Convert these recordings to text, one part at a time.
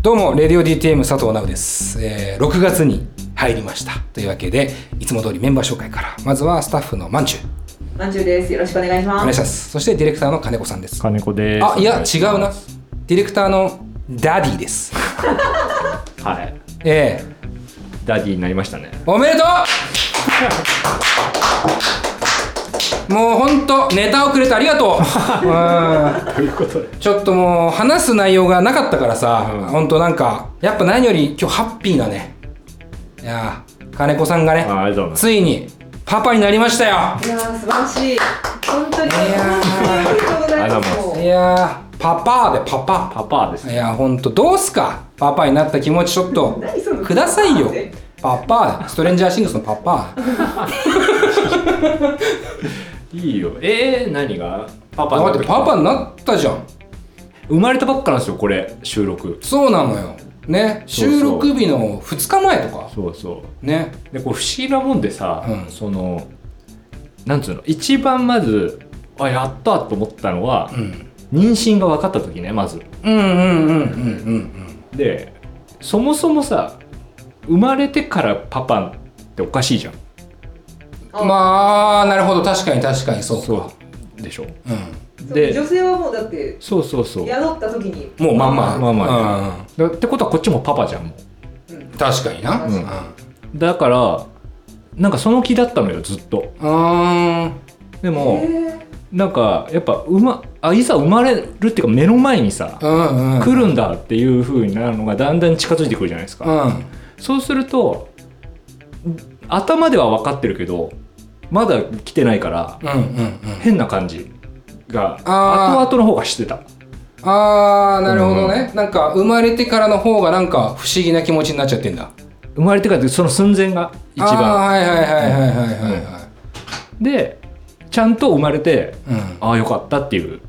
どうも、レディオ DTM 佐藤直です。えー6月に入りました。というわけで、いつも通りメンバー紹介から、まずはスタッフのまんちゅう、まんじゅうです。よろしくお願いしおま願いしす。ます。そしてディレクターの金子さんです。金子です。あ、いや、違うな。ディレクターのダディです。はい。えダディになりましたね。ーおめでと うもうほんと、ネタをくれてありがとううんということで。ちょっともう話す内容がなかったからさ、うんほんとなんかやっぱ何より今日ハッピーなねいやー金子さんがねあ、ありがとうございついにパパになりましたよいやー素晴らしい。本当に。いやーおめでとうございます。もういやーパパーでパます。パパパですいね。やほんとどうすかパパになった気持ちちょっと何そのくださいよえパパーストレンジャーシングスのパパーいいよ。えー、何がパパだってパパパになったじゃん生まれたばっかなんですよ、これ、収録。そうなのよねそうそう収録日の2日前とかそうそねう。で、こう、不思議なもんでさ、うんその、なんつうの、一番まず、あ、やったと思ったのは、うん妊娠が分かった時ね、まず。うんうんうんうんうんで、そもそもさ、生まれてからパパっておかしいじゃん。うあんまあなるほど確かに確かにそうかそう。でしょ。うそうで、女性はもうだってそうそうそう。宿った時に。ん、もうまんままあまあうんだってことはこっちもパパじゃんもううん確かになうんだからなんかその気だったのよずっとうん、うんでも、えなんかやっぱうまあいざ生まれるっていうか目の前にさ、うんうん来るんだっていう風になるのがだんだん近づいてくるじゃないですか、うんそうすると頭では分かってるけどまだ来てないからうんうんうん変な感じがあー後々の方がしてたあーなるほどね、なんか生まれてからの方がなんか不思議な気持ちになっちゃってんだ生まれてからその寸前が一あー番はいはいはいはいはいはいはいでちゃんと生まれてうんああよかったっていう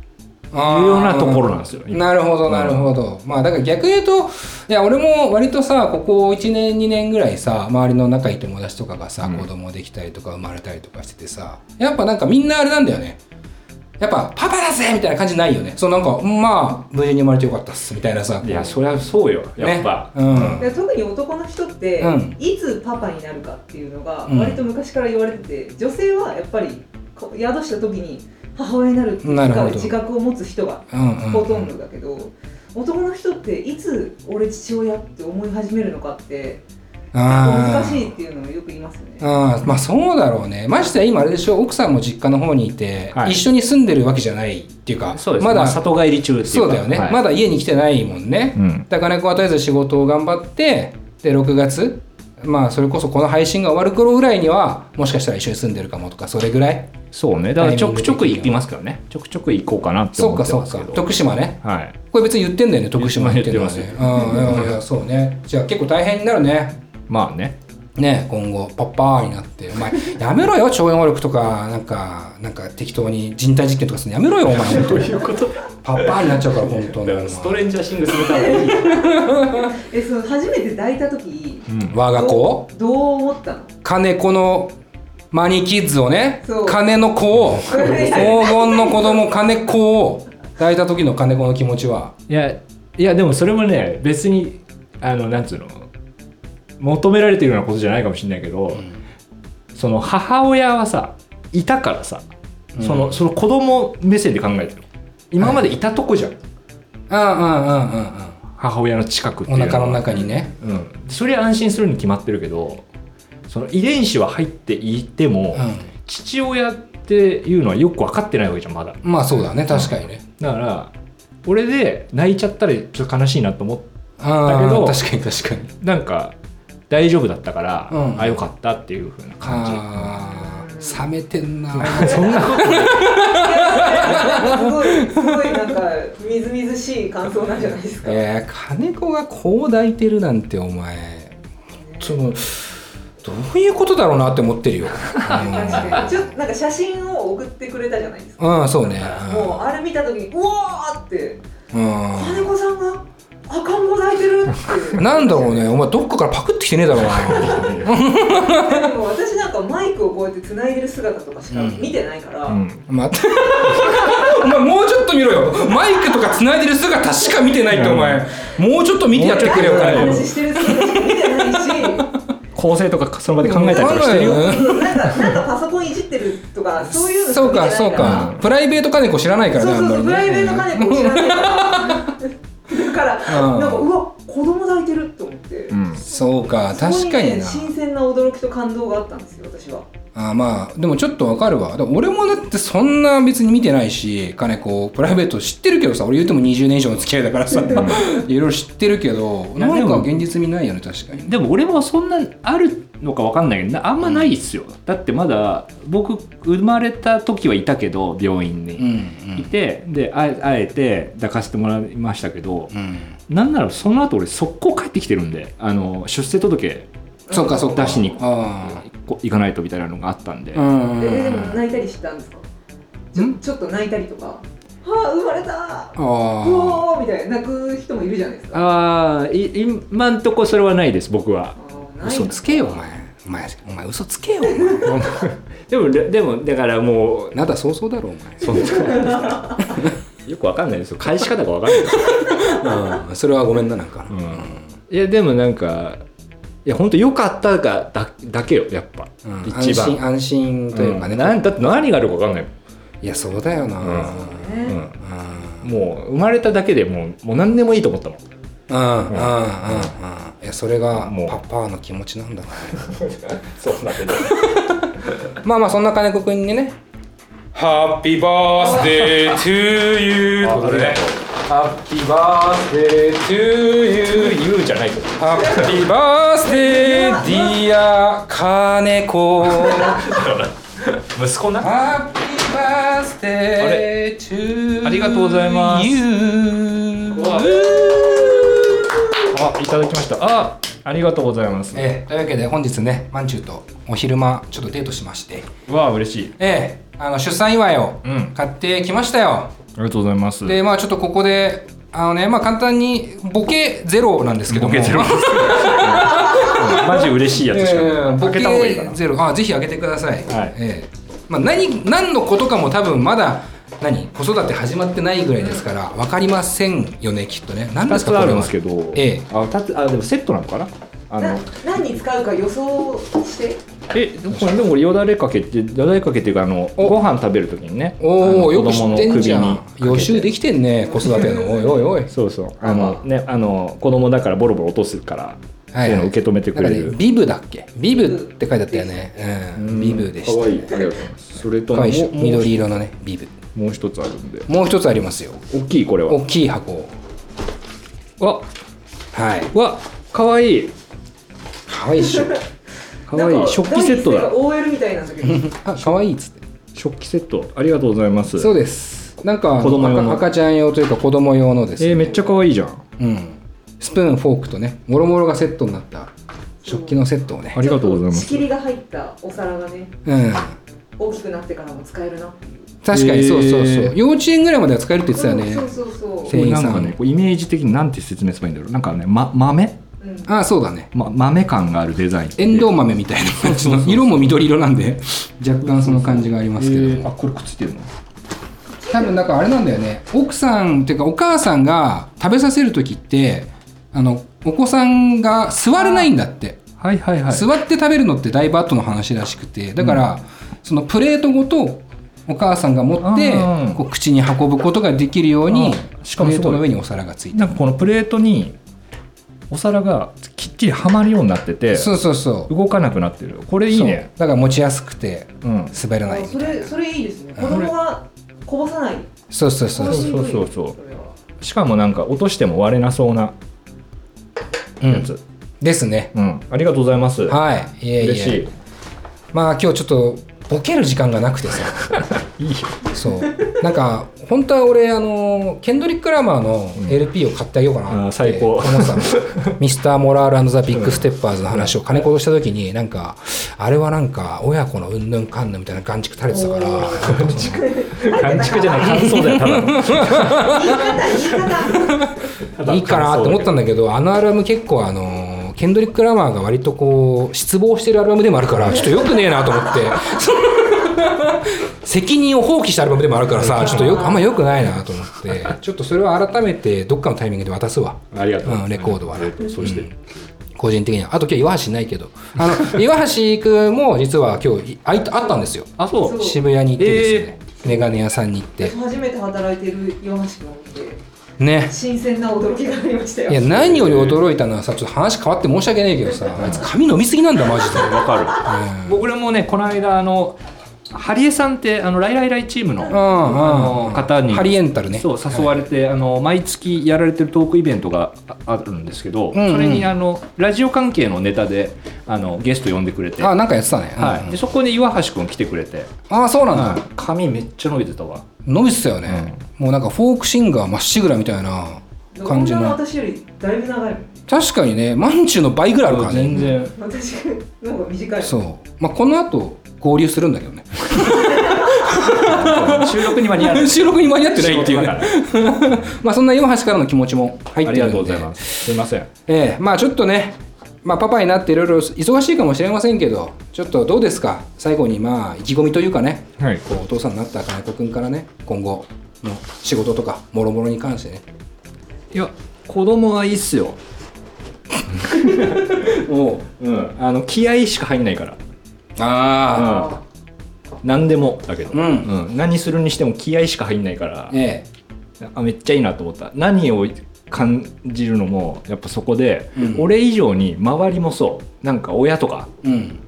あーいうようなところなんですよ今なるほどうんなるほど、まあだから逆に言うといや俺も割とさここ1年2年ぐらいさ周りの仲いい友達とかがさ、うん子供できたりとか生まれたりとかしててさやっぱなんかみんなあれなんだよねやっぱパパだぜみたいな感じないよねそうなんかまあ無事に生まれてよかったっすみたいなさいやそりゃそうよやっぱ、ねうんーで特に男の人って、うんいつパパになるかっていうのがうん割と昔から言われてて、女性はやっぱりこ宿した時に母親になるっていうなるほど自覚を持つ人がうんうんほとんどだけど、男の人っていつ俺父親って思い始めるのかって難しいっていうのをよく言いますね。あーまあそうだろうねましてや今あれでしょ奥さんも実家の方にいて、はい一緒に住んでるわけじゃないっていうかそうですままだだ里帰り中っていうかそうだよね、はいまだ家に来てないもんね、うんだから金子はとりあえず仕事を頑張ってで6月まあそれこそこの配信が終わる頃ぐらいにはもしかしたら一緒に住んでるかもとかそれぐらいそうねだからちょくちょく行きますからねちょくちょく行こうかなってそう思かってそまうすけかど徳島ねはいこれ別に言ってんだよね徳島のは言ってねうんいやいやそうねじゃあ結構大変になるねまあねね今後パッパーになってお前 やめろよ超能力とかなんかなんか適当に人体実験とかするのやめろよお前本当にいうこと パッパーになっちゃうから本当にレンジャーシングスみたいにえその初めて抱いた時我が子をどう思ったの金子のマニキッズをねそう金の子 をいや黄金の子供金子を抱いた時の金子の気持ちはいやいやでもそれもね別にあのなんつうの求められてるようなことじゃないかもしれないけど、その母親はさいたからさその,、その子供目線で考えてる今までいたとこじゃん、うんうんうんうん母親の近くっていうんうおは腹の中にねうん、それは安心するに決まってるけどその遺伝子は入っていても、う父親っていうのはよく分かってないわけじゃんまだんまあそうだね確かにねだから俺で泣いちゃったらちょっと悲しいなと思ってだだけど確かに確かになんか大丈夫だったから、うんあよかったっていう風な感じあー冷めてん なそんなことすごいすごいなんかみずみずしい感想なんじゃないですか。えー、金子がこう抱いてるなんてお前そのどういうことだろうなって思ってるよ、 確かにちょっとなんか写真を送ってくれたじゃないですか。うん、うんそうねもうあれ見た時にうわーってうん、うん金子さんが赤ん坊抱いてるってなんだろうねお前どっかからパクってきてねえだろう なでも私なんかマイクをこうやって繋いでる姿とかしか見てないから、うんまた お前もうちょっと見ろよマイクとか繋いでる姿しか見てないってお前もうちょっと見てやってくれよライブの彼話してる姿しか見てないし構成とかその場で考えたりとかしてるよなんかなんかパソコンいじってるとかそういうのしかそ見うてなかいそうからかプライベート金子知らないからそねうあそんうまそうりプねライベート金子知らないからだからうんなんかうわ子供抱いてると思って、うんそうか確かになすごいね新鮮な驚きと感動があったんですよ私はあーまあでもちょっとわかるわでも俺もだってそんな別に見てないし金子プライベート知ってるけどさ俺言うても20年以上の付き合いだからさいろいろ知ってるけどいやなでんかも現実味ないよね確かにでも俺もそんなあるのかわかんないけどなあんまないっすよ、だってまだ僕生まれた時はいたけど病院うんうにいんて、であ会えて抱かせてもらいましたけど、うんなんならその後俺速攻帰ってきてるんであの出世届そうかそうか出しに行くあこ行かないとみたいなのがあったんで、あうんうえんうでんも泣いたりしたんですかちょんちょっと泣いたりとか「はあ生まれたうあおー」みたいな泣く人もいるじゃないですかああ今んとこそれはないです僕はあーあない嘘つけよお前お前お前嘘つけよお前でもででもだからもうなだそうそうだろお前そんな よくわかんないですよ返し方がわかんないですうんそれはごめんななんか、うんいやでもなんかいや本当良かったがだだけよやっぱ、うん一安心番安心というかね、んなんだって何があるか分かんない、いやそうだよな、うんねううんんもう生まれただけでもうもう何でもいいと思ったもんうんうんうんうんいやそれがもうパパの気持ちなんだなそうだけどまあまあそんな金子くんにねハッピーバースデートゥーユーあありがとうハッピーバースデートゥーユー言うじゃないけどハッピーバースデーディア金子息子なハッピーバースデートゥーありがとうございますうわあいただきましたあありがとうございますええというわけで本日ねまんちゅうとお昼間ちょっとデートしましてわあ嬉しいええあの出産祝いをうん買ってきましたよ、ありがとうございますでまあちょっとここであのねまあ簡単にボケゼロなんですけどもボケゼロですマジ嬉しいやえつしかえボ開ケけた方がいいかなゼロあぜひ開けてください、はいええまあ、何何のことかも多分まだ何子育て始まってないぐらいですから分かりませんよねきっとね何で2すかつこあれるんはですけど、ええあ二つあでもセットなのかなあなの何に使うか予想してえでもこれでも俺よだれかけってよだれかけっていうかあのおご飯食べるときにねおあのおよく知ってんじゃ子供んの首に予習できてんね子育てのおいおい おいそうそうあのねあの子供だからボロボロ落とすからってはいいうのを受け止めてくれなんるかね、ビブだっけビブって書いてあったよね、う、うんんビブでした可愛いありがとうございますそれと可も愛いでしょもう緑色のねビブもう一つあるんでもう一つありますよ大きいこれは大きい箱わはいわ可愛い可愛いっしょ可愛なんいか食器セット第一声だが OL みたいなんだけ ど あ可愛いっつって食器セットありがとうございますそうですなんか子供用の赤赤ちゃん用というか子供用のですね、えーめっちゃ可愛いじゃんうん、スプーンフォークとねもろもろがセットになった食器のセットをねありがとうございま仕切すりが入ったお皿がねうん大きくなってからも使えるなっていう確かにそうそうそう、えー幼稚園ぐらいまでは使えるって言ってたよね、うんそうそうそせう店員なさんんかねこうイメージ的になんて説明すればいいんだろうなんかね、ま、豆、うんあそうだねま、豆感があるデザインエンドウ豆みたいな感じの色も緑色なんで若干その感じがありますけどえーあこれくっついてるの多分なんかあれなんだよね奥さんっていうかお母さんが食べさせる時ってあのお子さんが座れないんだって、はいはいはい座って食べるのってだいぶ後の話らしくてだから、そのプレートごとお母さんが持ってうんこう口に運ぶことができるようにうんしかもプすレーごいトの上にお皿がついてなんかこのプレートにお皿がきっちりはまるようになっててそうそうそう動かなくなってるこれいいねそうだから持ちやすくてうん滑らないあみそたいれなそれいいですね子供がこぼさないそうそうそうそう、そうそこうそうぼしにくいそれはしかもなんか落としても割れなそうなうやん、つですねうん、ありがとうございますはいいえいえ嬉しいまあ今日ちょっとボケる時間がなくてさ いいよそうなんか本当は俺あのケンドリック・ラマーの LP を買ってあげようかなあーって最思高ってたの ミスター・モラールザ・ビッグ・ステッパーズの話を金子とした時になんかあれはなんか親子のうんぬんかんぬんみたいな眼畜垂れてたから完熟じゃない感想だよただのただのいいかなって思ったんだだけどあのアルバム結構あのーケンドリック・ラマーが割とこう失望してるアルバムでもある からちょっとよくねえなと思って 責任を放棄したアルバムでもあるから さちょっとよくあんまよくないなと思ってちょっとそれは改めてどっかのタイミングで渡すわ けどありがとう、うんレコードはねありがとうそうして、うん個人的にはあと今日岩橋いないけどあの 岩橋君も実は今日いあいあったんですよあ そうそう渋谷に行ってですね、メガネ屋さんに行って初めて働いてる岩橋君を見てね新鮮な驚きがありましたよいや何より驚いたのはさちょっと話変わって申し訳ないけどさあいつ髪飲みすぎなんだマジで、わかるう僕らもねこの間あのハリエさんってあのライライライチームのん、うんうあのん方にハリエンタルねそう誘われて、あの毎月やられてるトークイベントがああるんですけど、んうんそれにあのラジオ関係のネタであのゲスト呼んでくれて、あなんかやってたね、うんうんはい、でそこに岩橋君来てくれて、あそうなんだ、はい髪めっちゃ伸びてたわ伸びてたよね、もうなんかフォークシンガーまっしぐらみたいな感じ女のの私よりだいぶ長いもん確かにねマンチュの倍ぐらいあるからね全 然私の方が短いもんそうまあこの後合流するんだけどね収録に間に合わな い収録に間に合ってないっていう仕事だねかまあそんな岩橋からの気持ちも入らっあてりるがんとでうございますすいませんええまあちょっとね、まあ、パパになっていろいろ忙しいかもしれませんけどちょっとどうですか最後にまあ意気込みというかねはいこうお父さんになった金子君からね今後の仕事とかもろもろに関してねいや子供はいいっすよおうんあの気合しか入んないからあああ何でもだけど、うんうん何するにしても気合しか入んないからえあめっちゃいいなと思った何を感じるのもやっぱそこで、うん俺以上に周りもそうなんか親とかえうん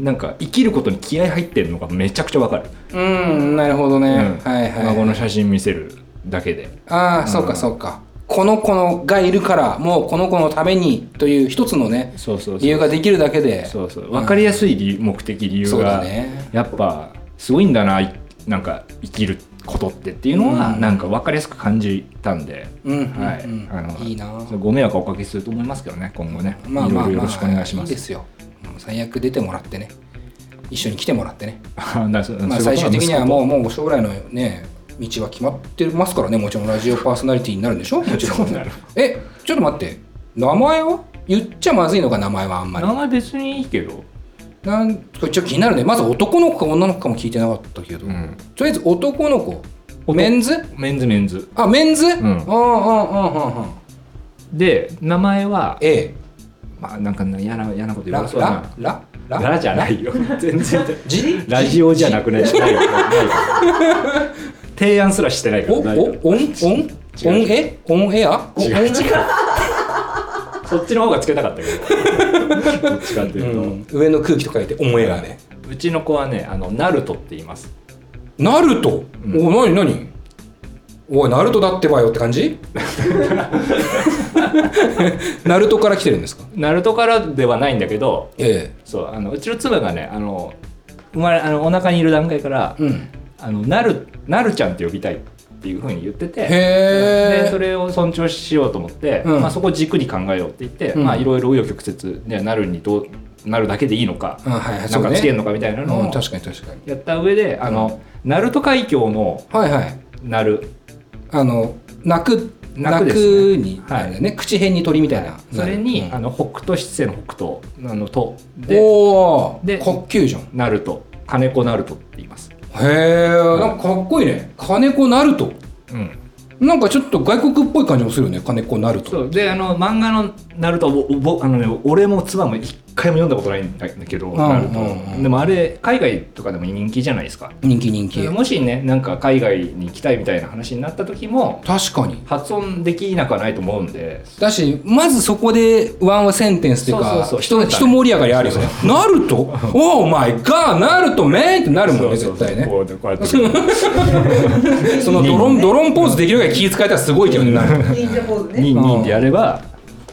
なんか生きることに気合入ってるのがめちゃくちゃわかる、うんなるほどね、うんはいはい孫の写真見せるだけでああ、んそうかそうかこの子のがいるからもうこの子のためにという一つのねそうそう理そ由うができるだけでそうそう分かりやすい理由目的理由そうだが、ねやっぱすごいんだないなんか生きることってっていうのは、うんなんか分かりやすく感じたんで、うんうん、はい、うんあのいいなご迷惑はおかけすると思いますけどね今後ね、まあまあまあいろいろよろしくお願いしますいいですよもう最悪出てもらってね一緒に来てもらってね、あ なそうまあ、そ最ういうこ終となんで的すにかはもうもう将来のね道は決まってますからねもちろんラジオパーソナリティになるんでしょもちろんそうなるえちょっと待って名前は言っちゃまずいのか名前はあんまり名前別にいいけど、なんこれちょっと気になるねまず男の子か女の子かも聞いてなかったけど、んとりあえず男の子男メンズメンズメンズあメンズ、うんんうんうんうんうんで名前は A まあなんか嫌な嫌なこと言わラれそうだララなララじゃないよ全然ジ ラジオじゃなくないしないよないよ提案すらしてないかおらお大丈夫オンオンオンエオンエア 違う違うそっちの方がつけたかった けどどっちかっていうと、う上の空気と書いてオンエアねちの子はねあのナルトって言いますナルト、うんお何何おいナルトだってばよって感じ ナルトから来てるんですかナルトからではないんだけどえそうあのうちの妻がねあの生まれあのお腹にいる段階から、えうんあのなるなるちゃんって呼びたいっていうふうに言っててへーでそれを尊重しようと思って、うんまあ、そこを軸に考えようって言って、うんまあいろいろ紆余曲折ねなるにどうなるだけでいいのか、あはいはいなそんうかねつけるのかみたいなのうをん確かに確かにやった上で、あの鳴門海峡のはいはいなるあの泣く泣泣くでくすねに、はいあれだね口辺に鳥みたいな、それに、うんあの北斗七星の北斗あのとでおおで滑球じゃんへなると金子なるとって言います。えなんかかっこいいね金子ナルトうんなんかちょっと外国っぽい感じもするよね金子ナルトそうであの漫画の「ナルトぼぼあの、ね、俺も妻も一回も読んだことないんだけど、うんナルトうんうんでもあれ海外とかでも人気じゃないですか人気人気もしねなんか海外に行きたいみたいな話になった時も確かに発音できなくはないと思うんでだしまずそこでワンセンテンスというそうそうかそう人一つだね人盛り上がりあるよねナル トオーマイガーナルトメンってなるもんねそう絶そう対ねこうこうやってそのドロンドロンポーズできるぐらい気遣えたらすごいけどねなるあ忍者ポーズ ねニンニンでやれば、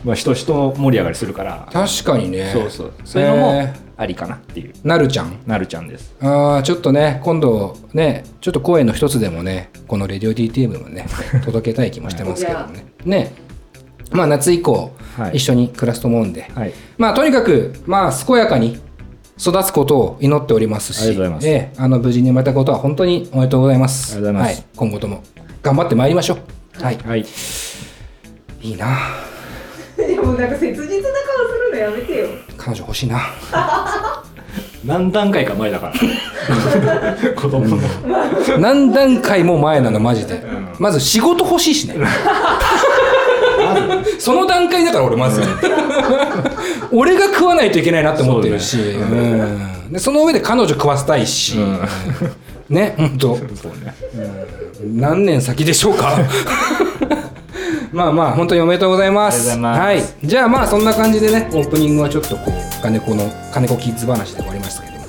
まあ、人人盛り上がりするから確かにねそうそうそういうのもへありかなっていうなるちゃんなるちゃんですああちょっとね今度ねちょっと声の一つでもねこの「レディオ DTM」もね 届けたい気もしてますけどもねねまあ夏以降、はい一緒に暮らすと思うんで、はいまあとにかくまあ健やかに育つことを祈っておりますしありがとうございますええあの無事に生まれたことは本当におめでとうございますありがとうございまはすい、今後とも頑張ってまいりましょうはい、はいいいな でもなんか切実な顔するのやめてよ彼女欲しいな何段階か前だから 子供の何段階も前なのマジで、まず仕事欲しいしねその段階だから俺まず、俺が食わないといけないなって思ってるしそうそ,、ん、でその上で彼女食わせたいし、うんねほんとそうね何年先でしょうか まあまあ本当におめでとうございますありがとうございますはい、じゃあまあそんな感じでねオープニングはちょっとこう金子の金子キッズ話で終わりましたけども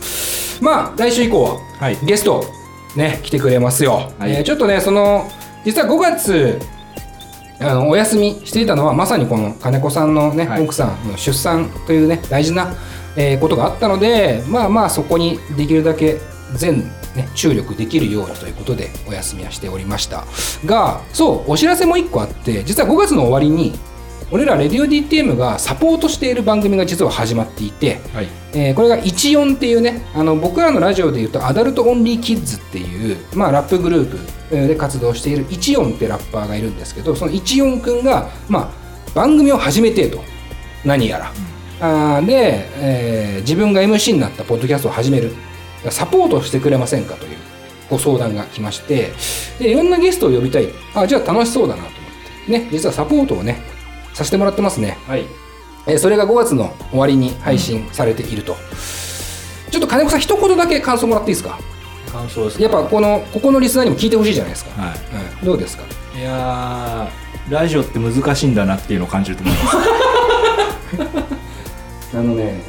まあ来週以降は、はいゲストね来てくれますよ、はいえーちょっとねその実は5月あのお休みしていたのはまさにこの金子さんのね、はい奥さんの出産というね大事な、えーことがあったのでまあまあそこにできるだけ全、ね、注力できるようにということでお休みはしておりましたがそうお知らせも1個あって実は5月の終わりに俺らレディオ DTM がサポートしている番組が実は始まっていて、はいえーこれが14っていうねあの僕らのラジオでいうとアダルトオンリーキッズっていう、まあ、ラップグループえーで活動している14ってラッパーがいるんですけどその14くんが、まあ、番組を始めてと何やら、あーで、えー自分が MC になったポッドキャストを始めるサポートしてくれませんかというご相談が来ましてでいろんなゲストを呼びたいあじゃあ楽しそうだなと思ってね実はサポートをねさせてもらってますねはいえーそれが5月の終わりに配信されていると、ちょっと金子さん一言だけ感想もらっていいですか感想ですやっぱこのここのリスナーにも聞いてほしいじゃないですか、はうん、どうですかいいやーラジオって難しいんだなっていうのを感じると思いますあのね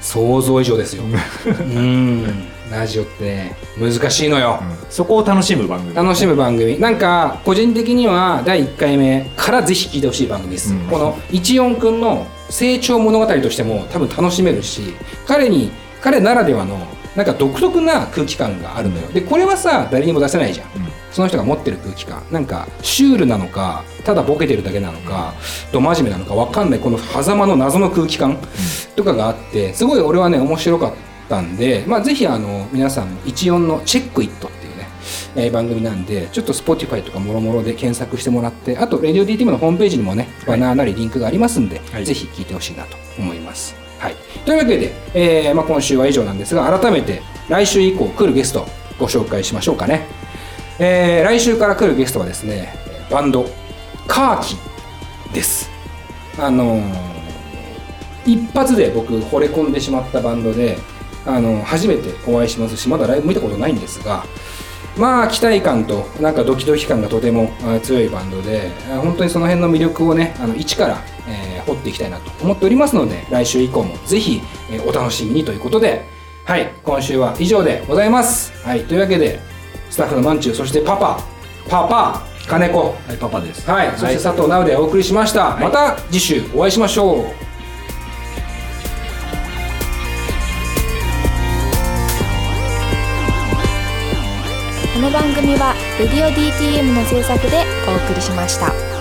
想像以上です ようんラジオってね難しいのよ、そこを楽しむ番組楽しむ番組なんか個人的には第1回目からぜひ聞いてほしい番組です、うんこの14くんの成長物語としても多分楽しめるし彼に彼ならではのなんか独特な空気感があるのよ、でこれはさ誰にも出せないじゃん、うんその人が持ってる空気感なんかシュールなのかただボケてるだけなのかど真面目なのかわかんないこの狭間の謎の空気感とかがあってすごい俺はね面白かったんで、まあ、ぜひあの皆さん14の「チェックイット」っていうね、えー番組なんでちょっと Spotify とかもろもろで検索してもらってあと「RadioDTM」のホームページにもねバナーなりリンクがありますんで、はいぜひ聞いてほしいなと思います。はい、というわけで、えーまあ、今週は以上なんですが改めて来週以降来るゲストご紹介しましょうかね。えー来週から来るゲストはですねバンドカーキですあのー一発で僕惚れ込んでしまったバンドで、あのー初めてお会いしますしまだライブ見たことないんですがまあ期待感となんかドキドキ感がとてもあー強いバンドであー本当にその辺の魅力をねあの一から、えー掘っていきたいなと思っておりますので来週以降もぜひ、えーお楽しみにということではい今週は以上でございますはいというわけでスタッフのマンチューそしてパパパパ金子はいパパですはい、そして佐藤直でお送りしました、また次週お会いしましょう、この番組は「レディオ DTM」の制作でお送りしました。